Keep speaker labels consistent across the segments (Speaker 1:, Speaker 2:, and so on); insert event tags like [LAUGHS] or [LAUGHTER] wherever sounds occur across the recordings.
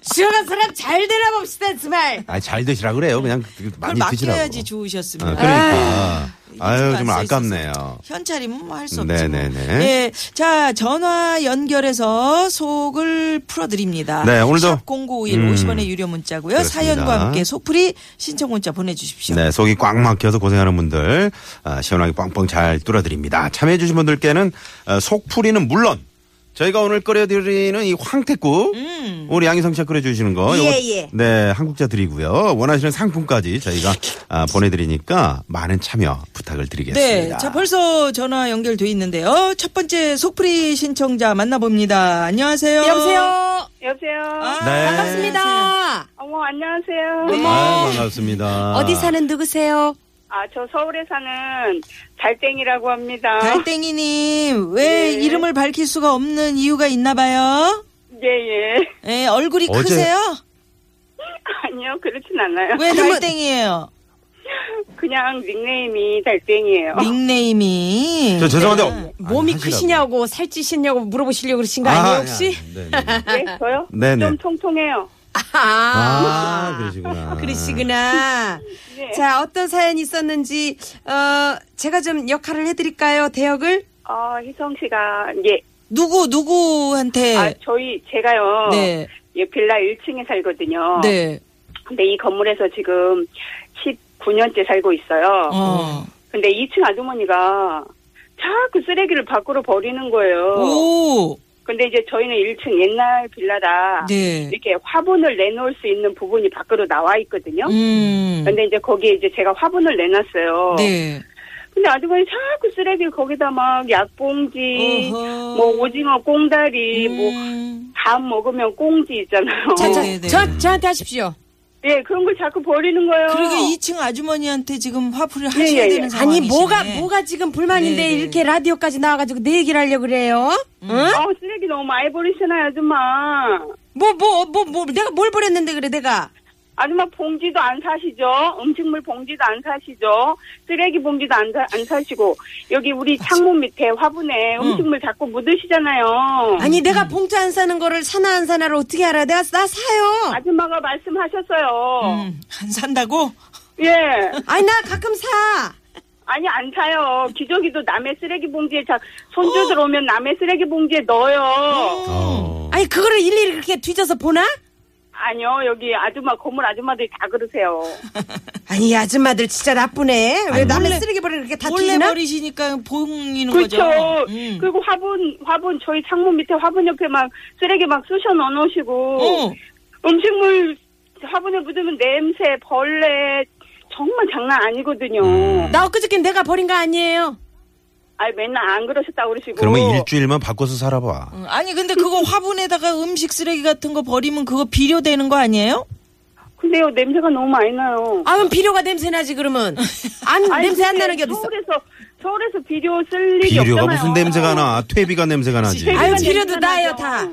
Speaker 1: 시원한 사람 잘 되나 봅시다, 정말.
Speaker 2: 아, 잘 드시라 그래요. 그냥 그-
Speaker 3: 그걸
Speaker 2: 많이 드시라고.
Speaker 3: 맡겨야지 좋으셨습니다.
Speaker 2: 아, 그러니까. 아유, 정말
Speaker 3: 안 써있어서.
Speaker 2: 아깝네요.
Speaker 3: 현찰이면 뭐 할 수 없죠.
Speaker 2: 네네네.
Speaker 3: 예, 자 전화 연결해서 속을 풀어드립니다.
Speaker 2: 네, 오늘도-
Speaker 3: 샵 0951
Speaker 2: 음,
Speaker 3: 50원의 유료 문자고요.
Speaker 2: 그렇습니다.
Speaker 3: 사연과 함께 속풀이 신청 문자 보내주십시오.
Speaker 2: 네, 속이 꽉 막혀서 고생하는 분들 아, 시원하게 뻥뻥 잘 뚫어드립니다. 참여해주신 분들께는 어, 속풀이는 물론 저희가 오늘 끓여드리는 이 황태국 우리 양희성 씨가 끓여주시는 거
Speaker 1: 음. 예,
Speaker 2: 요거,
Speaker 1: 예.
Speaker 2: 네 한국자 드리고요 원하시는 상품까지 저희가 아, 보내드리니까 많은 참여 부탁을 드리겠습니다.
Speaker 3: 네, 자 벌써 전화 연결돼 있는데요. 첫 번째 속풀이 신청자 만나봅니다. 안녕하세요.
Speaker 1: 여보세요.
Speaker 4: 여보세요.
Speaker 3: 아,
Speaker 2: 네.
Speaker 1: 반갑습니다.
Speaker 4: 어머 안녕하세요.
Speaker 2: 아, 반갑습니다.
Speaker 1: 뭐 어디 사는 누구세요?
Speaker 4: 아 저 서울에 사는 달땡이라고 합니다.
Speaker 3: 달땡이님
Speaker 1: 예.
Speaker 3: 왜 이름을 밝힐 수가 없는 이유가 있나봐요.
Speaker 4: 예예. [LAUGHS]
Speaker 3: 예, 얼굴이
Speaker 2: 어제-
Speaker 3: 크세요?
Speaker 4: 아니요 그렇진 않아요.
Speaker 3: 왜 달땡이에요?
Speaker 4: 그냥 닉네임이 달땡이에요.
Speaker 3: 닉네임이
Speaker 2: 저 죄송한데
Speaker 1: 몸이
Speaker 2: 아니, 하시라고.
Speaker 1: 크시냐고 살찌시냐고 물어보시려고 그러신 거
Speaker 2: 아,
Speaker 1: 아니에요
Speaker 2: 아니,
Speaker 1: 혹시?
Speaker 2: 아니, 네, 네.
Speaker 4: 네 저요?
Speaker 2: 네네.
Speaker 4: 좀 통통해요.
Speaker 2: 아, 그러시구나.
Speaker 1: 그러시구나.
Speaker 4: 네.
Speaker 1: 자 어떤 사연이 있었는지 어 제가 좀 역할을 해드릴까요 대역을?
Speaker 4: 아 희성 씨가 예.
Speaker 3: 누구 누구한테
Speaker 4: 아 저희 제가요.
Speaker 3: 네.
Speaker 4: 예 빌라 1층에 살거든요.
Speaker 3: 네.
Speaker 4: 근데 이 건물에서 지금 19년째 살고 있어요.
Speaker 3: 어.
Speaker 4: 근데 2층 아주머니가 자꾸 쓰레기를 밖으로 버리는 거예요.
Speaker 3: 오.
Speaker 4: 근데 이제 저희는 1층 옛날 빌라라
Speaker 3: 네.
Speaker 4: 이렇게 화분을 내놓을 수 있는 부분이 밖으로 나와 있거든요.
Speaker 3: 음.
Speaker 4: 근데 이제 거기에 이제 제가 화분을 내놨어요.
Speaker 3: 네.
Speaker 4: 근데 아주머니 자꾸 쓰레기를 거기다 막 약봉지,
Speaker 3: 어허.
Speaker 4: 뭐 오징어 꽁다리,
Speaker 3: 음.
Speaker 4: 뭐 밥 먹으면 꽁지 있잖아요.
Speaker 3: 자, 자. 네네. 음.
Speaker 1: 저, 저 저한테 하십시오.
Speaker 4: 예, 그런 걸 자꾸 버리는 거예요.
Speaker 3: 그러게 2층 아주머니한테 지금 화풀이 하셔야
Speaker 4: 예, 예.
Speaker 3: 되는 상황이
Speaker 1: 아니 뭐가 뭐가 지금 불만인데
Speaker 3: 네네. 음.
Speaker 1: 이렇게 라디오까지 나와가지고 내 얘기를 하려 고 그래요? 응?
Speaker 4: 어, 쓰레기 너무 많이 버리시나요, 아줌마?
Speaker 1: 뭐 뭐 뭐 뭐 내가 뭘 버렸는데 그래 내가?
Speaker 4: 아줌마 뭐 봉지도 안 사시죠? 음식물 봉지도 안 사시죠? 쓰레기 봉지도 안, 사, 안 사시고 여기 우리 창문 밑에 화분에 음식물 자꾸 묻으시잖아요.
Speaker 1: 아니
Speaker 3: 음.
Speaker 1: 내가 봉투 안 사는 거를 사나 안 사나를 어떻게 알아? 내가 나 사요.
Speaker 4: 아줌마가 말씀하셨어요.
Speaker 3: 음. 안 산다고?
Speaker 4: 예.
Speaker 1: 아니 나 가끔 사.
Speaker 4: 아니, 안 사요. 기저귀도 남의 쓰레기 봉지에 자, 손주들 오면 남의 쓰레기 봉지에 넣어요.
Speaker 2: 어.
Speaker 1: 음. 아니 그거를 일일이 그렇게 뒤져서 보나?
Speaker 4: 아니요, 여기 아줌마, 건물 아줌마들이 다 그러세요.
Speaker 1: 아니 이 아줌마들 진짜 나쁘네. 왜 남의
Speaker 3: 몰래-
Speaker 1: 쓰레기 버리는 게 그렇게
Speaker 3: 몰래
Speaker 1: 다투시나?
Speaker 3: 버리시니까 봉이는
Speaker 4: 그렇죠.
Speaker 3: 거죠. 음.
Speaker 4: 그리고 화분, 화분, 저희 창문 밑에 화분 옆에 막 쓰레기 막 쑤셔 넣어 놓으시고,
Speaker 3: 어.
Speaker 4: 음식물 화분에 묻으면 냄새, 벌레, 정말 장난 아니거든요.
Speaker 2: 음.
Speaker 1: 나 엊그저께 내가 버린 거 아니에요.
Speaker 4: 아니, 맨날 안 그러셨다고 그러시고.
Speaker 2: 그러면 일주일만 바꿔서 살아봐.
Speaker 3: 음, 아니 근데
Speaker 1: [LAUGHS]
Speaker 3: 그거 화분에다가 음식 쓰레기 같은 거 버리면 그거 비료되는 거 아니에요?
Speaker 4: 근데요, 냄새가 너무 많이 나요.
Speaker 1: 아, 그럼 비료가 냄새 나지 그러면. 안
Speaker 4: 아니,
Speaker 1: 냄새 안
Speaker 4: 근데
Speaker 1: 나는 게 어딨어?
Speaker 4: 서울에서, 서울에서 비료 쓸 일이
Speaker 2: 비료가
Speaker 4: 없잖아요.
Speaker 2: 무슨 냄새가 나? 퇴비가 냄새가 나지.
Speaker 4: 퇴비가
Speaker 1: 아유
Speaker 4: 냄새
Speaker 1: 비료도 나요
Speaker 4: 나죠.
Speaker 1: 다.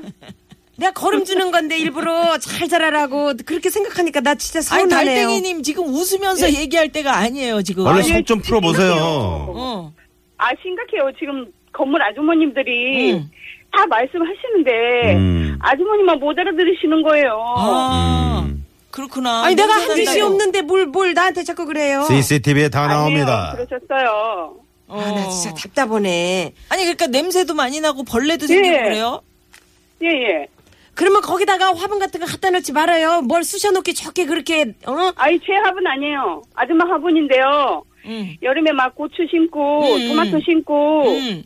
Speaker 1: 내가 거름 주는 건데 일부러 잘 자라라고 그렇게 생각하니까 나 진짜
Speaker 3: 아니
Speaker 1: 서운하네요. 예.
Speaker 3: 달팽이님 지금 웃으면서 얘기할 때가 아니에요 지금.
Speaker 2: 얼른
Speaker 4: 아니,
Speaker 2: 속 좀 풀어보세요.
Speaker 4: 심각해요.
Speaker 3: 어.
Speaker 4: 아, 심각해요. 지금 건물 아주머님들이
Speaker 3: 음.
Speaker 4: 다 말씀하시는데,
Speaker 2: 음.
Speaker 4: 아주머니만 못 알아들으시는 거예요.
Speaker 3: 아
Speaker 2: 음.
Speaker 3: 그렇구나.
Speaker 1: 어. 아니 내가 한
Speaker 3: 냄새
Speaker 1: 짓이
Speaker 3: 난다고.
Speaker 1: 없는데 뭘 뭘 나한테 자꾸 그래요.
Speaker 2: CCTV에 다
Speaker 4: 아니에요.
Speaker 2: 나옵니다.
Speaker 4: 그러셨어요.
Speaker 3: 어.
Speaker 1: 아 나 진짜 답답하네.
Speaker 3: 아니 그러니까 냄새도 많이 나고 벌레도
Speaker 4: 예.
Speaker 3: 생기고 그래요?
Speaker 4: 예, 예.
Speaker 1: 그러면 거기다가 화분 같은 거 갖다 놓지 말아요. 뭘 쑤셔놓기 좋게 그렇게 어?
Speaker 4: 아이, 제 화분 아니에요. 아줌마 화분인데요.
Speaker 3: 음.
Speaker 4: 여름에 막 고추 심고,
Speaker 3: 음.
Speaker 4: 토마토
Speaker 1: 어.
Speaker 4: 심고,
Speaker 3: 음.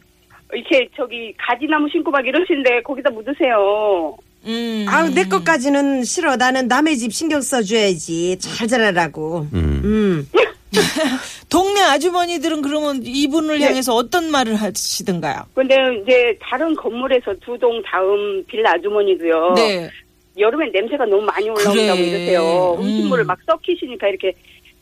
Speaker 4: 이렇게 저기 가지나무 심고 막 이러시는데, 거기다 묻으세요.
Speaker 3: 음.
Speaker 1: 아우 내 것까지는 싫어. 나는 남의 집 신경 써줘야지. 잘 자라라고.
Speaker 2: 음.
Speaker 1: 음.
Speaker 3: 동네 아주머니들은 그러면 이분을
Speaker 1: 예.
Speaker 3: 향해서 어떤 말을 하시던가요?
Speaker 4: 근데 이제 다른 건물에서 두 동 다음 빌라
Speaker 1: 어.
Speaker 4: 아주머니도요.
Speaker 3: 네.
Speaker 4: 여름엔 냄새가 너무 많이 올라온다고
Speaker 3: 그래.
Speaker 4: 이러세요.
Speaker 3: 음.
Speaker 4: 음식물을 막 썩히시니까 이렇게
Speaker 1: 어,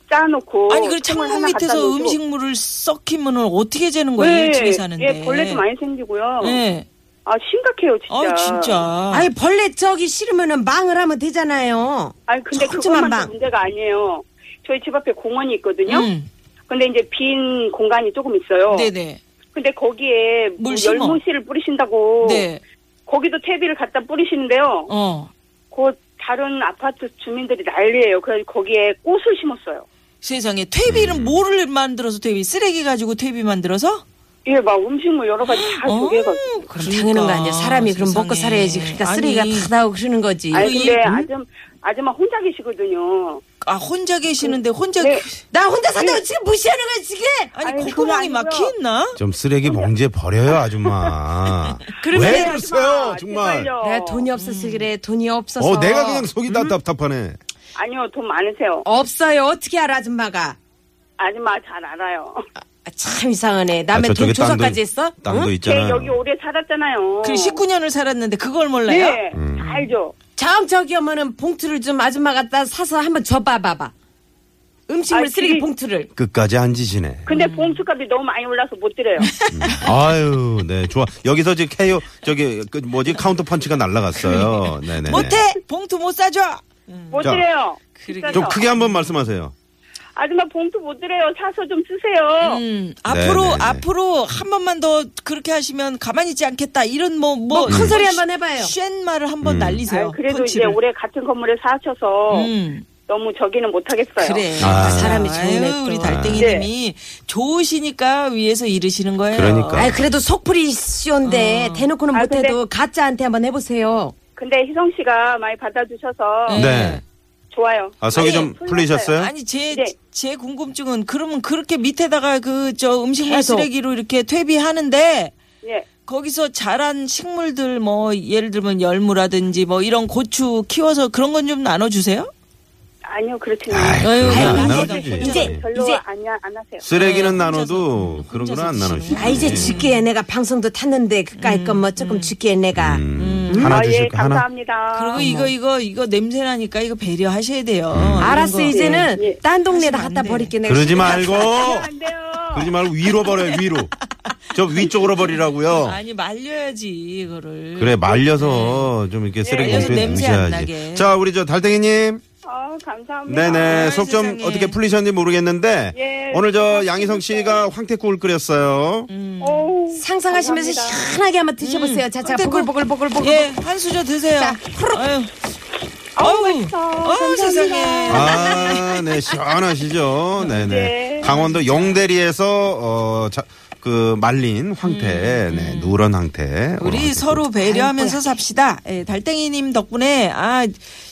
Speaker 4: 쌓아놓고.
Speaker 3: 아니 그
Speaker 4: 창문
Speaker 3: 창문
Speaker 4: 하나 갖다
Speaker 3: 밑에서
Speaker 4: 놓고.
Speaker 3: 음식물을 썩히면 어떻게 재는
Speaker 4: 네,
Speaker 3: 거예요? 집에 사는데.
Speaker 4: 예, 벌레도 많이 생기고요.
Speaker 3: 네.
Speaker 4: 아, 심각해요, 진짜.
Speaker 3: 아유 진짜.
Speaker 1: 아니 벌레 저기 싫으면은 망을 하면 되잖아요.
Speaker 4: 아니, 근데
Speaker 1: 조그만
Speaker 4: 그것만
Speaker 1: 방.
Speaker 4: 문제가 아니에요. 저희 집 앞에 공원이 있거든요.
Speaker 3: 음.
Speaker 4: 근데 이제 빈 공간이 조금 있어요.
Speaker 3: 네네.
Speaker 4: 근데 거기에
Speaker 3: 물
Speaker 4: 뭐
Speaker 3: 심어.
Speaker 4: 열무씨를 뿌리신다고.
Speaker 3: 네.
Speaker 4: 거기도 퇴비를 갖다 뿌리시는데요.
Speaker 3: 어.
Speaker 4: 그 다른 아파트 주민들이 난리예요. 그래서 거기에 꽃을 심었어요.
Speaker 3: 세상에 퇴비는
Speaker 4: 음.
Speaker 3: 뭐를 만들어서 퇴비 쓰레기 가지고 퇴비 만들어서?
Speaker 4: 예, 막 음식물 여러 가지 다
Speaker 3: 어,
Speaker 4: 아, 조개가.
Speaker 1: 그럼 당연한 거 아니야. 사람이 그럼 먹고 그러니까.
Speaker 3: 세상에.
Speaker 1: 살아야지. 그러니까 쓰레기가
Speaker 3: 아니,
Speaker 1: 다 나오고 그러는 거지.
Speaker 4: 아니
Speaker 3: 이-
Speaker 4: 근데 아줌 아줌마 혼자 계시거든요.
Speaker 3: 아 혼자 계시는데 혼자
Speaker 4: 그
Speaker 3: 그-
Speaker 4: 네.
Speaker 1: 나 혼자 산다고 지금 무시하는 거야 지금.
Speaker 3: 아니
Speaker 4: 아니,
Speaker 3: 콧구멍이
Speaker 4: 그건 아니고요.
Speaker 3: 막히있나?
Speaker 2: 좀 쓰레기 봉지에 버려요, 아줌마.
Speaker 1: 그러면
Speaker 2: 왜
Speaker 1: 내가
Speaker 2: 그랬어요, 정말.
Speaker 4: 제발요.
Speaker 1: 내가 돈이 없어서 그래. 돈이 없어서.
Speaker 2: 어, 내가 그냥 속이 다 답답하네.
Speaker 4: 아니요, 돈 많으세요.
Speaker 1: 없어요. 어떻게 알아 아줌마가?
Speaker 4: 아줌마 잘 알아요.
Speaker 1: 아, 참 이상하네. 남의 돈 조사까지 했어?
Speaker 2: 아, 땅도
Speaker 1: 응?
Speaker 4: 제
Speaker 2: 있잖아요.
Speaker 4: 여기 오래 살았잖아요.
Speaker 3: 그 19년을 살았는데 그걸 몰라요?
Speaker 4: 어. 네, 다 알죠.
Speaker 1: 다음 저기 오면은 봉투를 좀 아줌마 갖다 사서 한번 줘봐봐봐. 음식물
Speaker 4: 아,
Speaker 1: 쓰레기
Speaker 4: 그게-
Speaker 1: 봉투를.
Speaker 2: 끝까지 앉으시네. 음.
Speaker 4: 근데
Speaker 3: 음.
Speaker 4: 봉투값이 너무 많이 올라서 못 드려요.
Speaker 2: 아유, 네, 좋아. 여기서 지금 KO, 저기, 그 뭐지, 카운터 펀치가 날라갔어요. 네네.
Speaker 3: 못해 봉투 못 싸줘.
Speaker 4: 못
Speaker 2: 자,
Speaker 4: 드려요.
Speaker 3: 음. 그러게.
Speaker 2: 좀
Speaker 4: 비싸서.
Speaker 2: 크게 한번 말씀하세요.
Speaker 4: 아줌마 봉투 못 드려요. 사서 좀 쓰세요.
Speaker 3: 음, 앞으로
Speaker 2: 네네네.
Speaker 3: 앞으로 한 번만 더 그렇게 하시면 가만히 있지 않겠다 이런
Speaker 1: 뭐
Speaker 3: 뭐
Speaker 2: 음.
Speaker 3: 뭐큰
Speaker 1: 큰 소리 한번 해봐요.
Speaker 3: 쉔 말을 한번 날리세요.
Speaker 4: 아유, 그래도
Speaker 3: 펀치를.
Speaker 4: 이제 올해 같은 건물에 사셔서
Speaker 3: 음,
Speaker 4: 너무 저기는 못 하겠어요.
Speaker 3: 그래.
Speaker 2: 아.
Speaker 1: 사람이 네. 좋네,
Speaker 3: 아유,
Speaker 1: 또.
Speaker 3: 우리 달땡이님이 좋으시니까 위에서 이르시는 거예요.
Speaker 2: 그러니까.
Speaker 1: 아 그래도 속풀이 쇼인데 대놓고는
Speaker 4: 아,
Speaker 1: 못해도 가짜한테 한번 해보세요.
Speaker 4: 근데 희성 씨가 많이 받아주셔서
Speaker 3: 네.
Speaker 2: 네.
Speaker 4: 좋아요.
Speaker 2: 아, 속이
Speaker 3: 아니,
Speaker 2: 좀 풀리셨어요?
Speaker 3: 아니 제 제
Speaker 4: 네.
Speaker 3: 궁금증은 그러면 그렇게 밑에다가 그 저 음식물
Speaker 1: 계속.
Speaker 3: 쓰레기로 이렇게 퇴비하는데
Speaker 4: 예.
Speaker 3: 거기서 자란 식물들 뭐 예를 들면 열무라든지 뭐 이런 고추 키워서 그런 건 좀 나눠주세요.
Speaker 4: 아니요, 그렇지는
Speaker 2: 아이,
Speaker 4: 않아요.
Speaker 3: 아유,
Speaker 2: 그건 네, 안
Speaker 3: 아유,
Speaker 2: 나눠주지.
Speaker 1: 이제-
Speaker 4: 별로 안, 안 하세요.
Speaker 2: 쓰레기는
Speaker 3: 네,
Speaker 2: 나눠도
Speaker 3: 혼자서-
Speaker 2: 그런
Speaker 3: 혼자서
Speaker 2: 거는 안 음. 나누시지.
Speaker 1: 아 이제 줄게 내가 방송도 탔는데 그까이 건뭐 조금 줄게 내가.
Speaker 2: 음, 하나
Speaker 4: 아, 예,
Speaker 2: 주실까? 하나?
Speaker 4: 감사합니다.
Speaker 3: 그리고 이거 이거 이거 냄새 나니까 이거 배려하셔야 돼요.
Speaker 2: 음.
Speaker 3: 이런
Speaker 1: 알았어
Speaker 3: 거.
Speaker 1: 이제는
Speaker 4: 예, 예.
Speaker 1: 딴 동네에다
Speaker 3: 하시면
Speaker 1: 갖다
Speaker 3: 안 돼.
Speaker 1: 버릴게 내가.
Speaker 2: 그러지 말고!
Speaker 4: 안 돼요.
Speaker 2: 그러지 말고 위로 버려요, 위로. 저 위쪽으로 버리라고요.
Speaker 3: 아니 말려야지 이거를.
Speaker 2: 그래, 말려서 좀 이렇게 쓰레기
Speaker 3: 말려서
Speaker 2: 봉투에
Speaker 3: 네, 냄새 안
Speaker 2: 넣으셔야지.
Speaker 3: 나게.
Speaker 2: 자, 우리 저 달팽이님.
Speaker 4: 아, 감사합니다.
Speaker 2: 네네.
Speaker 3: 아이,
Speaker 2: 속 좀
Speaker 3: 세상에.
Speaker 2: 어떻게 풀리셨는지 모르겠는데.
Speaker 4: 예,
Speaker 2: 오늘 저 양희성 씨가 황태국을
Speaker 3: 음.
Speaker 2: 끓였어요.
Speaker 4: 어우,
Speaker 1: 상상하시면서
Speaker 4: 감사합니다.
Speaker 1: 시원하게 한번 드셔보세요.
Speaker 2: 음.
Speaker 1: 자,
Speaker 2: 네,
Speaker 1: 자,
Speaker 2: 뭐.
Speaker 3: 근데 그-
Speaker 1: 보글보글보글보글.
Speaker 3: 예, 한 수저 드세요.
Speaker 1: 자,
Speaker 3: 아유.
Speaker 4: 어우,
Speaker 3: 어우,
Speaker 4: 맛있어.
Speaker 3: 어우,
Speaker 4: 감사합니다.
Speaker 3: 세상에.
Speaker 2: 아, 네, 시원하시죠? 네네.
Speaker 4: 네.
Speaker 2: 강원도 용대리에서, 어, 자, 그 말린 황태, 네, 누런 황태.
Speaker 3: 우리
Speaker 2: 황태.
Speaker 3: 서로 배려하면서
Speaker 1: 아이고야.
Speaker 3: 삽시다. 예, 달땡이님 덕분에 아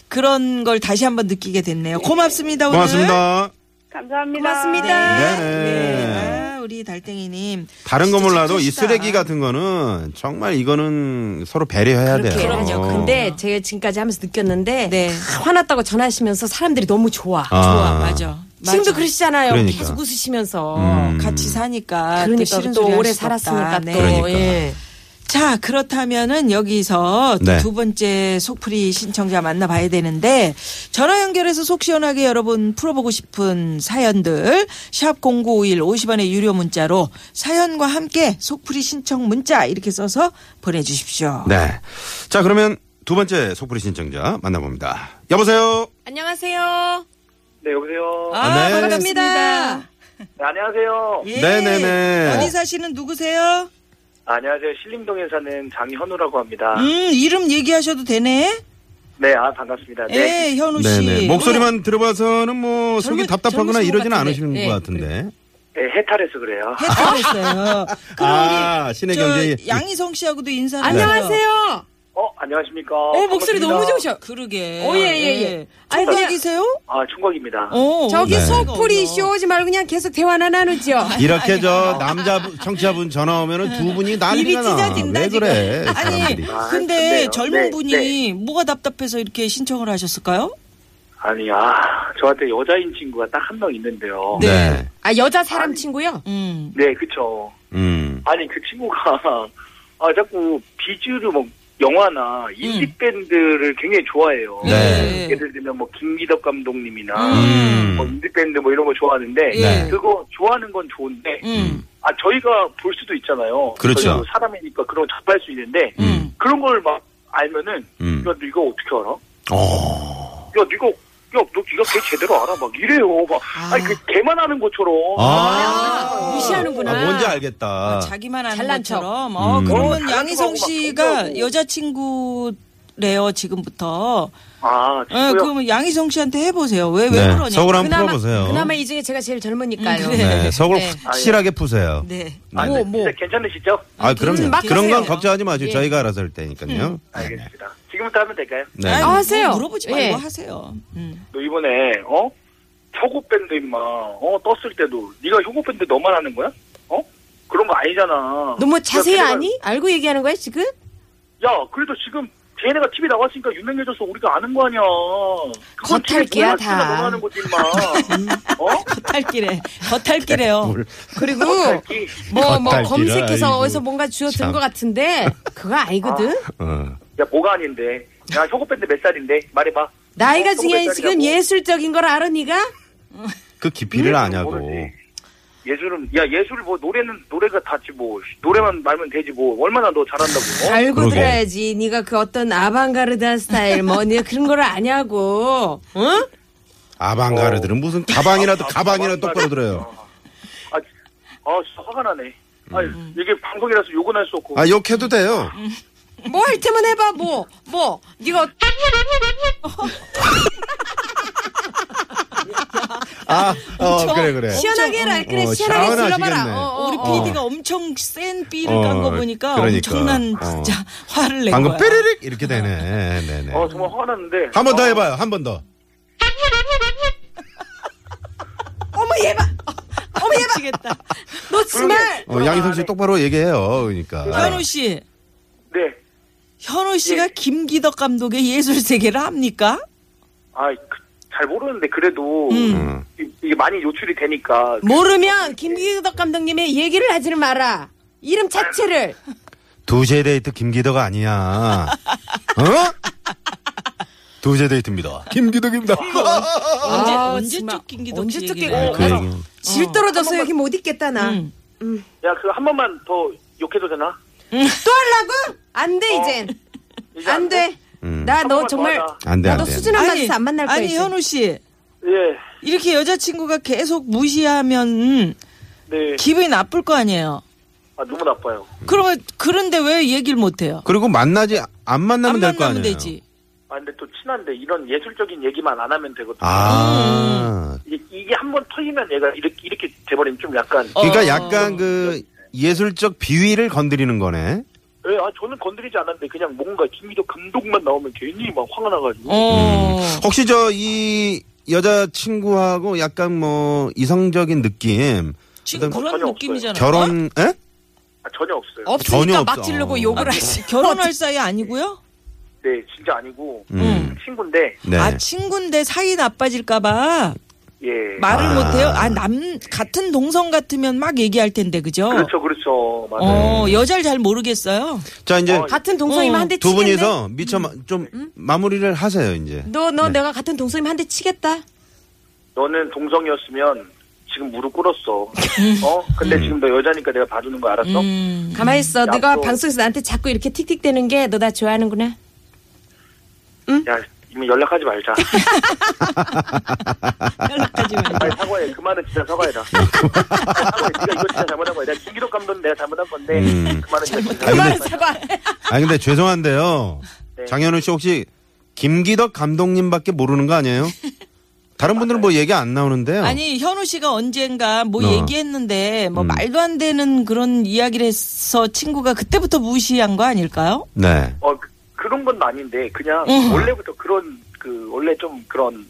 Speaker 3: 그런 걸 다시 한번 느끼게 됐네요. 고맙습니다. 오늘. 아,
Speaker 2: 고맙습니다.
Speaker 4: 감사합니다.
Speaker 1: 고맙습니다.
Speaker 2: 네네.
Speaker 3: 네, 아, 우리 달땡이님
Speaker 2: 다른 거
Speaker 3: 진짜
Speaker 2: 몰라도 이
Speaker 3: 착하시다.
Speaker 2: 쓰레기 같은 거는 정말 이거는 서로 배려해야
Speaker 1: 예.
Speaker 2: 돼요. 어.
Speaker 3: 그럼요.
Speaker 5: 근데 제가 지금까지 하면서 느꼈는데
Speaker 3: 네.
Speaker 5: 다 화났다고 전하시면서 사람들이 너무 좋아.
Speaker 2: 아,
Speaker 3: 좋아 맞아.
Speaker 5: 지금도 그러시잖아요.
Speaker 2: 그러니까.
Speaker 5: 계속 웃으시면서.
Speaker 2: 음.
Speaker 3: 같이 사니까 또
Speaker 5: 그러니까
Speaker 3: 싫은
Speaker 5: 또
Speaker 3: 소리 할
Speaker 5: 오래
Speaker 3: 수도 없다.
Speaker 5: 살았으니까
Speaker 3: 네.
Speaker 5: 또.
Speaker 2: 그러니까.
Speaker 5: 예.
Speaker 3: 자 그렇다면은 여기서 또
Speaker 2: 네.
Speaker 3: 두 번째 속풀이 신청자 만나봐야 되는데 전화 연결해서 속 시원하게 여러분 풀어보고 싶은 사연들 샵 #0951 50원의 유료 문자로 사연과 함께 속풀이 신청 문자 이렇게 써서 보내주십시오.
Speaker 2: 네. 자, 그러면 두 번째 속풀이 신청자 만나봅니다. 여보세요?
Speaker 5: 안녕하세요.
Speaker 6: 네, 여보세요.
Speaker 3: 아
Speaker 2: 네.
Speaker 3: 반갑습니다.
Speaker 6: 네, 안녕하세요.
Speaker 3: 예.
Speaker 2: 네네네.
Speaker 3: 어디 사시는 누구세요?
Speaker 6: 안녕하세요. 신림동에 사는 장현우라고 합니다.
Speaker 3: 음 이름 얘기하셔도 되네.
Speaker 6: 네, 아, 반갑습니다.
Speaker 3: 예
Speaker 6: 네.
Speaker 3: 현우 씨
Speaker 2: 네네. 목소리만 들어봐서는 뭐 속이
Speaker 5: 젊은-
Speaker 2: 답답하거나
Speaker 5: 젊으신
Speaker 2: 이러지는
Speaker 5: 것
Speaker 2: 않으시는
Speaker 5: 같은데.
Speaker 2: 것
Speaker 5: 네,
Speaker 2: 같은데.
Speaker 6: 네, 해탈해서
Speaker 2: [LAUGHS]
Speaker 6: 그래요.
Speaker 3: 해탈했어요. 그럼
Speaker 2: 아,
Speaker 3: 우리
Speaker 2: 신의 경제.
Speaker 3: 저 양희성 씨하고도 인사를 해요.
Speaker 5: 안녕하세요.
Speaker 6: 어, 안녕하십니까.
Speaker 5: 어, 목소리 너무 좋으셔.
Speaker 3: 그러게.
Speaker 5: 오, 예, 예, 예. 아니, 그냥-
Speaker 3: 총각이세요?
Speaker 6: 아, 충격입니다.
Speaker 3: 어.
Speaker 1: 저기
Speaker 2: 네.
Speaker 1: 속풀이 쇼 오지 말고 그냥 계속 대화나 나누죠.
Speaker 2: 이렇게 저 남자 분- 청취자분 전화 오면은 두 분이
Speaker 3: 음. 입이
Speaker 2: 난리가 나.
Speaker 3: 찢어진다,
Speaker 2: 왜 그래?
Speaker 3: 지금. 아니,
Speaker 2: 사람들이.
Speaker 6: 아,
Speaker 3: 근데
Speaker 6: 좋네요.
Speaker 3: 젊은
Speaker 6: 네,
Speaker 3: 분이
Speaker 6: 네.
Speaker 3: 뭐가 답답해서 이렇게 신청을 하셨을까요?
Speaker 6: 아니, 아, 저한테 여자인 친구가 딱 한 명 있는데요.
Speaker 2: 네.
Speaker 5: 아, 여자 사람 친구요?
Speaker 3: 음.
Speaker 6: 네, 그쵸.
Speaker 2: 음.
Speaker 6: 아니, 그 친구가, 아, 자꾸 비주류 뭐, 영화나 인디밴드를 굉장히 좋아해요.
Speaker 2: 음. 네.
Speaker 6: 예를 들면 뭐, 김기덕 감독님이나,
Speaker 2: 음. 예.
Speaker 6: 뭐, 인디밴드 뭐 이런 거 좋아하는데,
Speaker 3: 네.
Speaker 6: 그거 좋아하는 건 좋은데,
Speaker 3: 음.
Speaker 6: 아 저희가 볼 수도 있잖아요.
Speaker 2: 그렇죠.
Speaker 6: 저희도 사람이니까 그런 거 접할 수 있는데
Speaker 2: 음.
Speaker 6: 그런 걸 막 알면은
Speaker 2: 음.
Speaker 6: 야 네가 어떻게 알아?
Speaker 2: 어.
Speaker 6: 야 네가 야너 네가 걔 제대로 알아? 막 이래요. 막
Speaker 3: 아.
Speaker 6: 아. 니그 걔만 하는 것처럼.
Speaker 2: 아.
Speaker 5: 무시하는구나.
Speaker 2: 아, 뭔지 알겠다.
Speaker 3: 아, 자기만 하는
Speaker 5: 잘난 척.
Speaker 3: 것처럼. 어,
Speaker 2: 음.
Speaker 3: 그러면
Speaker 6: 어,
Speaker 3: 양희성
Speaker 6: 막
Speaker 3: 씨가
Speaker 5: 어.
Speaker 6: 경고하고.
Speaker 3: 여자친구래요, 지금부터. 어,
Speaker 6: 아 친구야.
Speaker 3: 그러면 양희성 씨한테 해보세요. 왜, 왜 그러냐.
Speaker 2: 네. 서울 한번
Speaker 5: 그나마,
Speaker 2: 풀어보세요.
Speaker 5: 그나마 이 중에 제가 제일 젊으니까요.
Speaker 3: 음, 그래.
Speaker 2: 네, 서울
Speaker 5: 네.
Speaker 2: 확실하게 푸세요.
Speaker 3: 네.
Speaker 6: 아,
Speaker 5: 뭐,
Speaker 6: 네,
Speaker 5: 뭐.
Speaker 6: 진짜 괜찮으시죠?
Speaker 2: 아, 그럼요.
Speaker 5: 음, 막
Speaker 2: 그런 건
Speaker 5: 하세요.
Speaker 2: 걱정하지 마죠.
Speaker 5: 예.
Speaker 2: 저희가 알아서 할 테니까요.
Speaker 6: 알겠습니다. 지금부터 하면 될까요?
Speaker 2: 네.
Speaker 3: 음. 아니,
Speaker 5: 아, 하세요.
Speaker 3: 뭐 물어보지 말고
Speaker 5: 예.
Speaker 3: 하세요. 음.
Speaker 6: 너 이번에 어 효고 밴드 임마 어 떴을 때도 네가 효고 밴드 너만 하는 거야? 어 그런 거 아니잖아.
Speaker 5: 너무 뭐
Speaker 6: 야,
Speaker 5: 자세히
Speaker 6: 걔네가-
Speaker 5: 아니? 알고 얘기하는 거야, 지금?
Speaker 6: 야, 그래도 지금 걔네가 TV 나왔으니까 유명해져서 우리가 아는 거 아니야. 그건 TV
Speaker 5: 겉핥기야,
Speaker 6: 몰랐으니까
Speaker 5: 다.
Speaker 6: 너가 하는 거지, 임마.
Speaker 5: [LAUGHS]
Speaker 6: 어?
Speaker 3: 겉탈길에,
Speaker 2: [LAUGHS]
Speaker 3: 겉탈길에요.
Speaker 5: 그리고
Speaker 6: 겉핥기.
Speaker 5: 뭐 뭐
Speaker 2: 겉핥기라,
Speaker 5: 검색해서
Speaker 2: 아이고.
Speaker 5: 어디서 뭔가
Speaker 2: 참.
Speaker 5: 주워든 것 같은데 그거 아니거든.
Speaker 2: 어.
Speaker 6: 야, 뭐가 아닌데. 야, 효고밴드 몇 살인데? 말해봐.
Speaker 5: 나이가
Speaker 6: 어,
Speaker 5: 중요한 게 지금
Speaker 6: 성별이라고.
Speaker 5: 예술적인 걸 알아 니가?
Speaker 2: 그
Speaker 3: 음.
Speaker 2: 깊이를 아냐고.
Speaker 6: 모르지. 예술은, 야, 예술 뭐, 노래는, 노래가 다지 뭐. 노래만 말면 되지 뭐. 얼마나 너 잘한다고. 어?
Speaker 5: 알고
Speaker 2: 그러게.
Speaker 5: 들어야지. 네가 그 어떤 아방가르다 스타일 뭐 네, 그런 걸 아냐고. 응?
Speaker 2: 아방가르들은 무슨 가방이라도 가방이라도 똑바로 들어요.
Speaker 6: 아, 아, 진짜 화가 나네. 아, 이게 방송이라서 욕은 할 수 없고.
Speaker 2: 음. 아 욕해도 돼요.
Speaker 5: 뭐 할 테면 해봐 뭐 뭐. 네가 어-
Speaker 2: 아, 어, 그래 그래.
Speaker 5: 시원하게 해라. 그래
Speaker 2: 어,
Speaker 5: 시원하게
Speaker 2: 시원하시겠네.
Speaker 5: 질러봐라. 어, 어,
Speaker 3: 우리
Speaker 5: 어.
Speaker 3: PD가 엄청 센 삐를
Speaker 2: 어,
Speaker 3: 깐 거 보니까
Speaker 2: 그러니까.
Speaker 3: 엄청난
Speaker 2: 어.
Speaker 3: 진짜 [LAUGHS] 화를 낸
Speaker 2: 방금
Speaker 3: 거야.
Speaker 2: 삐리릭 이렇게 되네. 네네.
Speaker 6: 아, 정말 화가 났는데.
Speaker 2: 예. 한 번 더 해봐요. 한 번 더.
Speaker 5: 어머 얘봐.
Speaker 3: 어머 미치겠다.
Speaker 5: 너 정말
Speaker 2: 어, 양희성 씨 똑바로 얘기해요. 그러니까.
Speaker 3: [LAUGHS] 현우 씨,
Speaker 6: 네.
Speaker 3: 현우 씨가 김기덕 감독의 예술 세계를 합니까?
Speaker 6: 아, 그, 잘 모르는데 그래도
Speaker 2: 음.
Speaker 6: 이- 이게 많이 요출이 되니까
Speaker 5: 모르면 김기덕 감독님의 얘기를 하지를 마라. 이름 자체를
Speaker 2: 두제 데이트 김기덕 아니야. 어? 두제 데이트입니다. 김기덕입니다.
Speaker 3: 어, 언제
Speaker 5: 아,
Speaker 3: 언제
Speaker 5: 정말.
Speaker 3: 쪽 김기덕
Speaker 5: 언제
Speaker 3: 씨
Speaker 5: 쪽
Speaker 3: 얘기를
Speaker 5: 김-
Speaker 2: 아,
Speaker 3: 해요?
Speaker 2: 그 얘기.
Speaker 5: 질 떨어져서 여기 못 있겠다 나.
Speaker 3: 음.
Speaker 6: 야, 그 한 번만 더 욕해도 되나?
Speaker 5: 또 하려고? 안 돼 이젠.
Speaker 6: 이제
Speaker 5: 안 돼.
Speaker 2: 음.
Speaker 5: 나
Speaker 6: 한
Speaker 5: 너
Speaker 6: 번만
Speaker 5: 정말
Speaker 6: 더 하자.
Speaker 2: 안 돼, 안
Speaker 5: 나도
Speaker 2: 돼.
Speaker 5: 수준 안 맞아서 안 만날 거야.
Speaker 3: 아니
Speaker 5: 이제.
Speaker 3: 현우 씨
Speaker 6: 예.
Speaker 3: 이렇게 여자친구가 계속 무시하면
Speaker 6: 네.
Speaker 3: 기분이 나쁠 거 아니에요.
Speaker 6: 아, 너무 나빠요.
Speaker 3: 그러면 그런데 왜 얘기를 못 해요?
Speaker 2: 그리고 만나지 안
Speaker 3: 안
Speaker 2: 만나면 될 거
Speaker 3: 만나면
Speaker 2: 아니에요.
Speaker 3: 되지.
Speaker 6: 아, 근데 또 친한데 이런 예술적인 얘기만 안 하면 되거든요.
Speaker 2: 아.
Speaker 3: 음.
Speaker 6: 이게, 이게 한 번 터지면 얘가 이렇게, 이렇게 돼버리면 좀 약간.
Speaker 2: 그러니까
Speaker 3: 어.
Speaker 2: 약간 그 예술적 비위를 건드리는 거네.
Speaker 6: 예, 아, 저는 건드리지 않았는데 그냥 뭔가 김희덕 감독만 나오면 괜히 막 화가
Speaker 2: 음.
Speaker 6: 나가지고.
Speaker 3: 어.
Speaker 2: 혹시 저 이 여자 친구하고 약간 뭐 이성적인 느낌
Speaker 3: 지금
Speaker 2: 그다음-
Speaker 3: 그런
Speaker 6: 전혀
Speaker 3: 느낌이잖아. 어?
Speaker 2: 결혼 에?
Speaker 6: 아, 전혀 없어요.
Speaker 2: 없으니까 전혀
Speaker 5: 없으니까
Speaker 2: 막 없어. 지르고
Speaker 5: 막 지르고
Speaker 2: 어. 욕을
Speaker 5: 욕을
Speaker 2: 아,
Speaker 5: 하시.
Speaker 3: 결혼할 사이 아니고요?
Speaker 6: 네, 진짜 아니고
Speaker 2: 음.
Speaker 6: 친구인데
Speaker 2: 네.
Speaker 3: 아 친구인데 사이 나빠질까봐
Speaker 6: 예.
Speaker 3: 말을
Speaker 2: 아.
Speaker 3: 못해요. 아 남 같은 동성 같으면 막 얘기할 텐데 그죠?
Speaker 6: 그렇죠, 그렇죠. 맞아요.
Speaker 2: 네.
Speaker 3: 어 여자를 잘 모르겠어요.
Speaker 2: 자 이제
Speaker 6: 어,
Speaker 5: 같은 동성이면
Speaker 3: 어.
Speaker 5: 한 대
Speaker 2: 음. 두
Speaker 5: 치겠네.
Speaker 2: 분이서 미처
Speaker 3: 음.
Speaker 2: 마- 좀 마무리를 하세요 이제.
Speaker 5: 너, 너
Speaker 2: 네.
Speaker 5: 내가 같은 동성이면 한 대 치겠다.
Speaker 6: 너는 동성이었으면 지금 무릎 [LAUGHS] 꿇었어. 어? 근데 지금 너 여자니까 내가 봐주는 거 알았어?
Speaker 3: 음.
Speaker 2: [LAUGHS]
Speaker 5: 가만히 있어.
Speaker 2: 음.
Speaker 6: 야,
Speaker 5: 네가
Speaker 6: 또-
Speaker 5: 방송에서 나한테 자꾸 이렇게 틱틱대는 게 너 나 좋아하는구나. [LAUGHS]
Speaker 6: 야, 이미 연락하지 [LAUGHS] 말자.
Speaker 3: 연락하지 마.
Speaker 6: 빨리 사과해. 그 말은 진짜 사과해라. 사과해. 네가 이거 진짜 잘못한 거야. 내가 김기덕 감독은 내가 잘못한 건데 그 말은 진짜 진짜
Speaker 2: 아니, 근데-
Speaker 6: 잘못한 거야.
Speaker 2: 아 근데 죄송한데요.
Speaker 6: 네.
Speaker 2: 장현우 씨 혹시 김기덕 감독님밖에 모르는 거 아니에요? 다른 분들은 뭐 얘기 안 나오는데요.
Speaker 3: 아니 현우 씨가 언젠가 뭐
Speaker 2: 어. 음.
Speaker 3: 얘기했는데 뭐 말도 안 되는 그런 이야기를 해서 친구가 그때부터 무시한 거 아닐까요?
Speaker 2: 네.
Speaker 6: 어, 그- 그런 건 아닌데 그냥 원래부터 그런 그 원래 좀 그런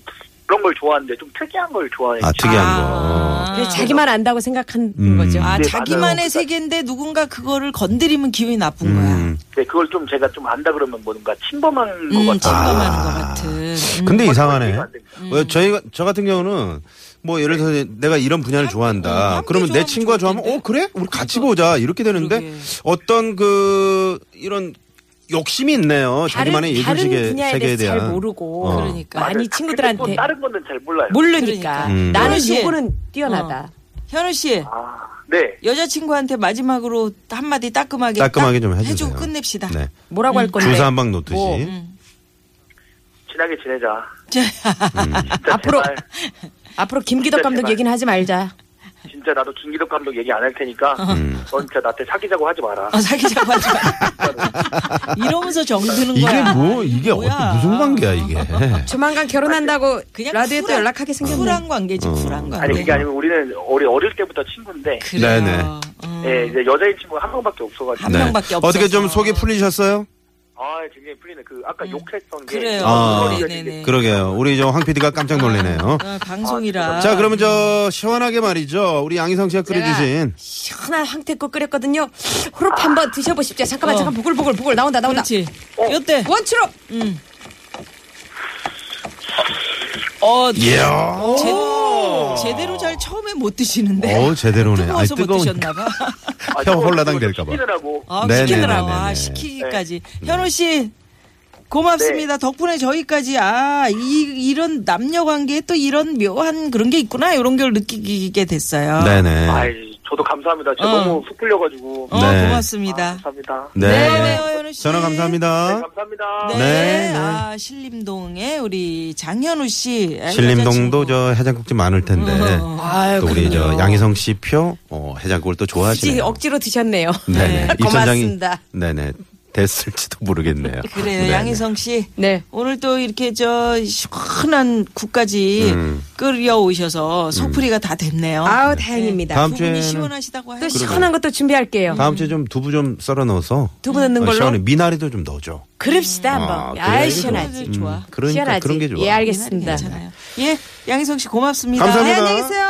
Speaker 6: 그런 걸 좋아하는데 좀 특이한 걸 좋아해.
Speaker 2: 아 특이한 거.
Speaker 5: 그래서 자기만 안다고 생각한
Speaker 2: 아. 음.
Speaker 5: 거죠.
Speaker 3: 아
Speaker 6: 네,
Speaker 3: 자기만의
Speaker 6: 맞아요.
Speaker 3: 세계인데 누군가 그걸 건드리면 기분이 나쁜 거야.
Speaker 2: 음.
Speaker 6: 네, 그걸 좀 제가 좀 안다 그러면 뭔가 침범한
Speaker 3: 음,
Speaker 6: 것 같아.
Speaker 3: 침범하는 것 같은. 음.
Speaker 2: 근데 이상하네.
Speaker 6: 이해가 안 됩니다.
Speaker 2: 어, 저희가 저 같은 경우는 뭐 예를 들어서 내가 이런 분야를
Speaker 3: 어,
Speaker 2: 좋아한다.
Speaker 3: 함께
Speaker 2: 그러면 내
Speaker 3: 좋아하면
Speaker 2: 친구가 좋아하면
Speaker 3: 좋겠는데? 그러니까.
Speaker 2: 어 그래? 우리 같이 보자 이렇게 되는데
Speaker 3: 그러게.
Speaker 2: 어떤 그 이런 욕심이 있네요.
Speaker 5: 다른,
Speaker 2: 자기만의 예술
Speaker 5: 다른
Speaker 2: 세계-
Speaker 5: 분야에
Speaker 2: 세계에
Speaker 5: 대해서
Speaker 2: 대한.
Speaker 5: 잘 모르고
Speaker 2: 어.
Speaker 3: 그러니까.
Speaker 5: 많이
Speaker 6: 맞아요. 근데
Speaker 5: 친구들한테
Speaker 6: 또 다른 거는 잘 몰라요.
Speaker 5: 모르니까
Speaker 2: 음.
Speaker 5: 나는
Speaker 3: 그렇지.
Speaker 5: 요거는 뛰어나다.
Speaker 3: 현우 씨
Speaker 6: 아, 네.
Speaker 3: 여자친구한테 마지막으로 한마디 따끔하게
Speaker 2: 따끔하게
Speaker 3: 딱
Speaker 2: 좀 해주세요.
Speaker 3: 해주고 끝냅시다.
Speaker 2: 네.
Speaker 5: 뭐라고 할 건데?
Speaker 2: 주사
Speaker 3: 네.
Speaker 2: 한 방 놓듯이.
Speaker 5: 뭐,
Speaker 3: 음.
Speaker 6: 친하게 지내자.
Speaker 3: [LAUGHS] 자,
Speaker 6: 진짜
Speaker 5: 앞으로-
Speaker 6: 제발.
Speaker 5: 앞으로 김기덕
Speaker 6: 진짜
Speaker 5: 감독
Speaker 6: 제발.
Speaker 5: 얘기는 하지
Speaker 2: [LAUGHS]
Speaker 5: 말자.
Speaker 6: 진짜 나도 김기덕 감독 얘기 안 할 테니까 넌 진짜 나한테 사귀자고 하지 마라.
Speaker 3: 어, 사귀자고 하지 마. 이러면서 정드는
Speaker 2: 이게
Speaker 3: 거야.
Speaker 2: 뭐 이게
Speaker 3: 뭐야.
Speaker 2: 어떤 무슨 관계야 이게?
Speaker 5: 조만간 결혼한다고
Speaker 3: 아, 그냥
Speaker 5: 라디오에 또
Speaker 3: 쿨한-
Speaker 5: 연락하게 생겼네.
Speaker 3: 쿨한 관계지
Speaker 2: 어.
Speaker 3: 쿨한 관계.
Speaker 6: 아니 그게 아니고 우리는 우리 어릴 때부터 친구인데
Speaker 3: 그래요.
Speaker 2: 네네.
Speaker 3: 음.
Speaker 6: 예, 이제 여자인 친구가 한 명밖에 없어가지고
Speaker 3: 한 명밖에 없어서.
Speaker 2: 네. 어떻게 좀 속이 풀리셨어요?
Speaker 6: 아 굉장히 풀리네. 그 아까 욕했던 게
Speaker 3: 그래요.
Speaker 2: 아.
Speaker 6: 그거를 이제
Speaker 3: 네네.
Speaker 2: 그러게요. 우리 저 황 PD가 깜짝 놀래네요.
Speaker 3: 어, 방송이라.
Speaker 2: 아, 자 그러면 저 시원하게 말이죠. 우리 양희성 씨가 끓여주신
Speaker 5: 시원한 황태국 끓였거든요. 호흡
Speaker 2: 아.
Speaker 5: 한번 드셔보십시오. 잠깐만, 잠깐 보글보글 보글 나온다, 나온다.
Speaker 3: 어. 그렇지. 이때
Speaker 5: 원추로
Speaker 3: 어
Speaker 2: 예. 이야.
Speaker 3: 제, 제대로 잘 처음에 못 드시는데.
Speaker 2: 어
Speaker 3: [LAUGHS]
Speaker 2: 제대로네. 아이
Speaker 3: 뜨거워서 못
Speaker 2: 뜨거운.
Speaker 3: 드셨나 봐.
Speaker 6: 아,
Speaker 2: 혀 홀라당
Speaker 6: 그거 좀
Speaker 2: 될까봐.
Speaker 6: 시키느라고.
Speaker 3: 아,
Speaker 2: 네네네네네. 네.
Speaker 3: 시키느라고. 아, 시키기까지. 현우 씨. 고맙습니다.
Speaker 6: 네.
Speaker 3: 덕분에 저희까지 아, 이, 런 남녀 관계에 또 이런 묘한 그런 게 있구나. 이런 걸 느끼게 됐어요.
Speaker 2: 네네.
Speaker 6: 아이, 저도 감사합니다. 제가
Speaker 3: 어.
Speaker 6: 너무 훅 풀려가지고.
Speaker 3: 어,
Speaker 2: 네.
Speaker 6: 아,
Speaker 3: 고맙습니다.
Speaker 6: 감사합니다.
Speaker 2: 네.
Speaker 3: 고마워요, 현우 씨.
Speaker 2: 전화
Speaker 6: 네,
Speaker 2: 감사합니다.
Speaker 6: 감사합니다.
Speaker 3: 네.
Speaker 2: 네, 네.
Speaker 3: 아, 신림동에 우리 장현우 씨. 아,
Speaker 2: 신림동도
Speaker 3: 여자친구. 어,
Speaker 2: 저 해장국집 많을 텐데
Speaker 5: 아유,
Speaker 2: 또 우리 저
Speaker 5: 그럼요.
Speaker 2: 양희성 씨 표 어, 해장국을 또
Speaker 5: 굳이
Speaker 2: 좋아하시네요.
Speaker 5: 억지로 드셨네요.
Speaker 2: 네네. 입천장이
Speaker 5: 고맙습니다.
Speaker 2: 네네 됐을지도 모르겠네요.
Speaker 3: 그래요,
Speaker 2: 네네.
Speaker 3: 양희성 씨.
Speaker 5: 네.
Speaker 3: 오늘 또 이렇게 저 시원한 국까지
Speaker 2: 음.
Speaker 3: 끓여오셔서 속풀이가 다 됐네요.
Speaker 5: 아우 다행입니다.
Speaker 2: 어, 다음
Speaker 3: 두 분이
Speaker 2: 주에는
Speaker 3: 시원하시다고
Speaker 5: 또
Speaker 3: 하니까.
Speaker 5: 시원한 것도 준비할게요.
Speaker 2: 다음 주에 좀 두부 좀 썰어 넣어서
Speaker 5: 두부 넣는
Speaker 2: 어,
Speaker 5: 걸로
Speaker 2: 시원해 미나리도 좀 넣어줘.
Speaker 5: 그럽시다 한번.
Speaker 2: 그래야
Speaker 5: 아, 이
Speaker 2: 이게 좀,
Speaker 5: 시원하지.
Speaker 3: 시원하지. 좋아.
Speaker 2: 그러니까
Speaker 5: 시원하지.
Speaker 2: 그런 게 좋아.
Speaker 5: 예 알겠습니다.
Speaker 3: 괜찮아요. 예, 양희성 씨 고맙습니다.
Speaker 2: 감사합니다.
Speaker 3: 네,
Speaker 5: 안녕히 계세요.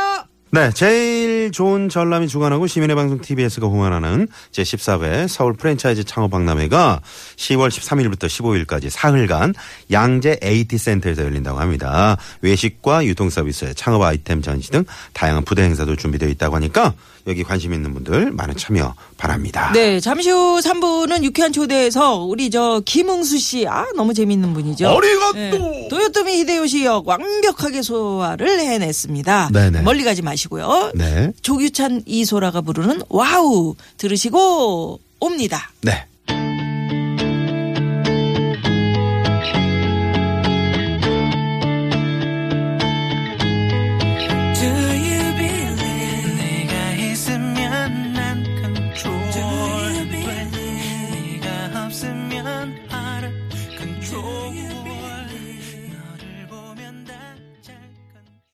Speaker 2: 네, 제일 좋은 전람이 주관하고 시민의 방송 TBS가 후원하는 제14회 서울 프랜차이즈 창업박람회가 10월 13일부터 15일까지 사흘간 양재 AT센터에서 열린다고 합니다. 외식과 유통서비스의 창업 아이템 전시 등 다양한 부대 행사도 준비되어 있다고 하니까 여기 관심 있는 분들 많은 참여 바랍니다.
Speaker 3: 네, 잠시 후 3부는 유쾌한 초대에서 우리 저 김웅수 씨, 아, 너무 재밌는 분이죠.
Speaker 2: 어리가
Speaker 3: 예,
Speaker 2: 또!
Speaker 3: 도요토미 히데요시 역 완벽하게 소화를 해냈습니다.
Speaker 2: 네네.
Speaker 3: 멀리 가지 마시고요.
Speaker 2: 네.
Speaker 3: 조규찬 이소라가 부르는 와우 들으시고 옵니다.
Speaker 2: 네.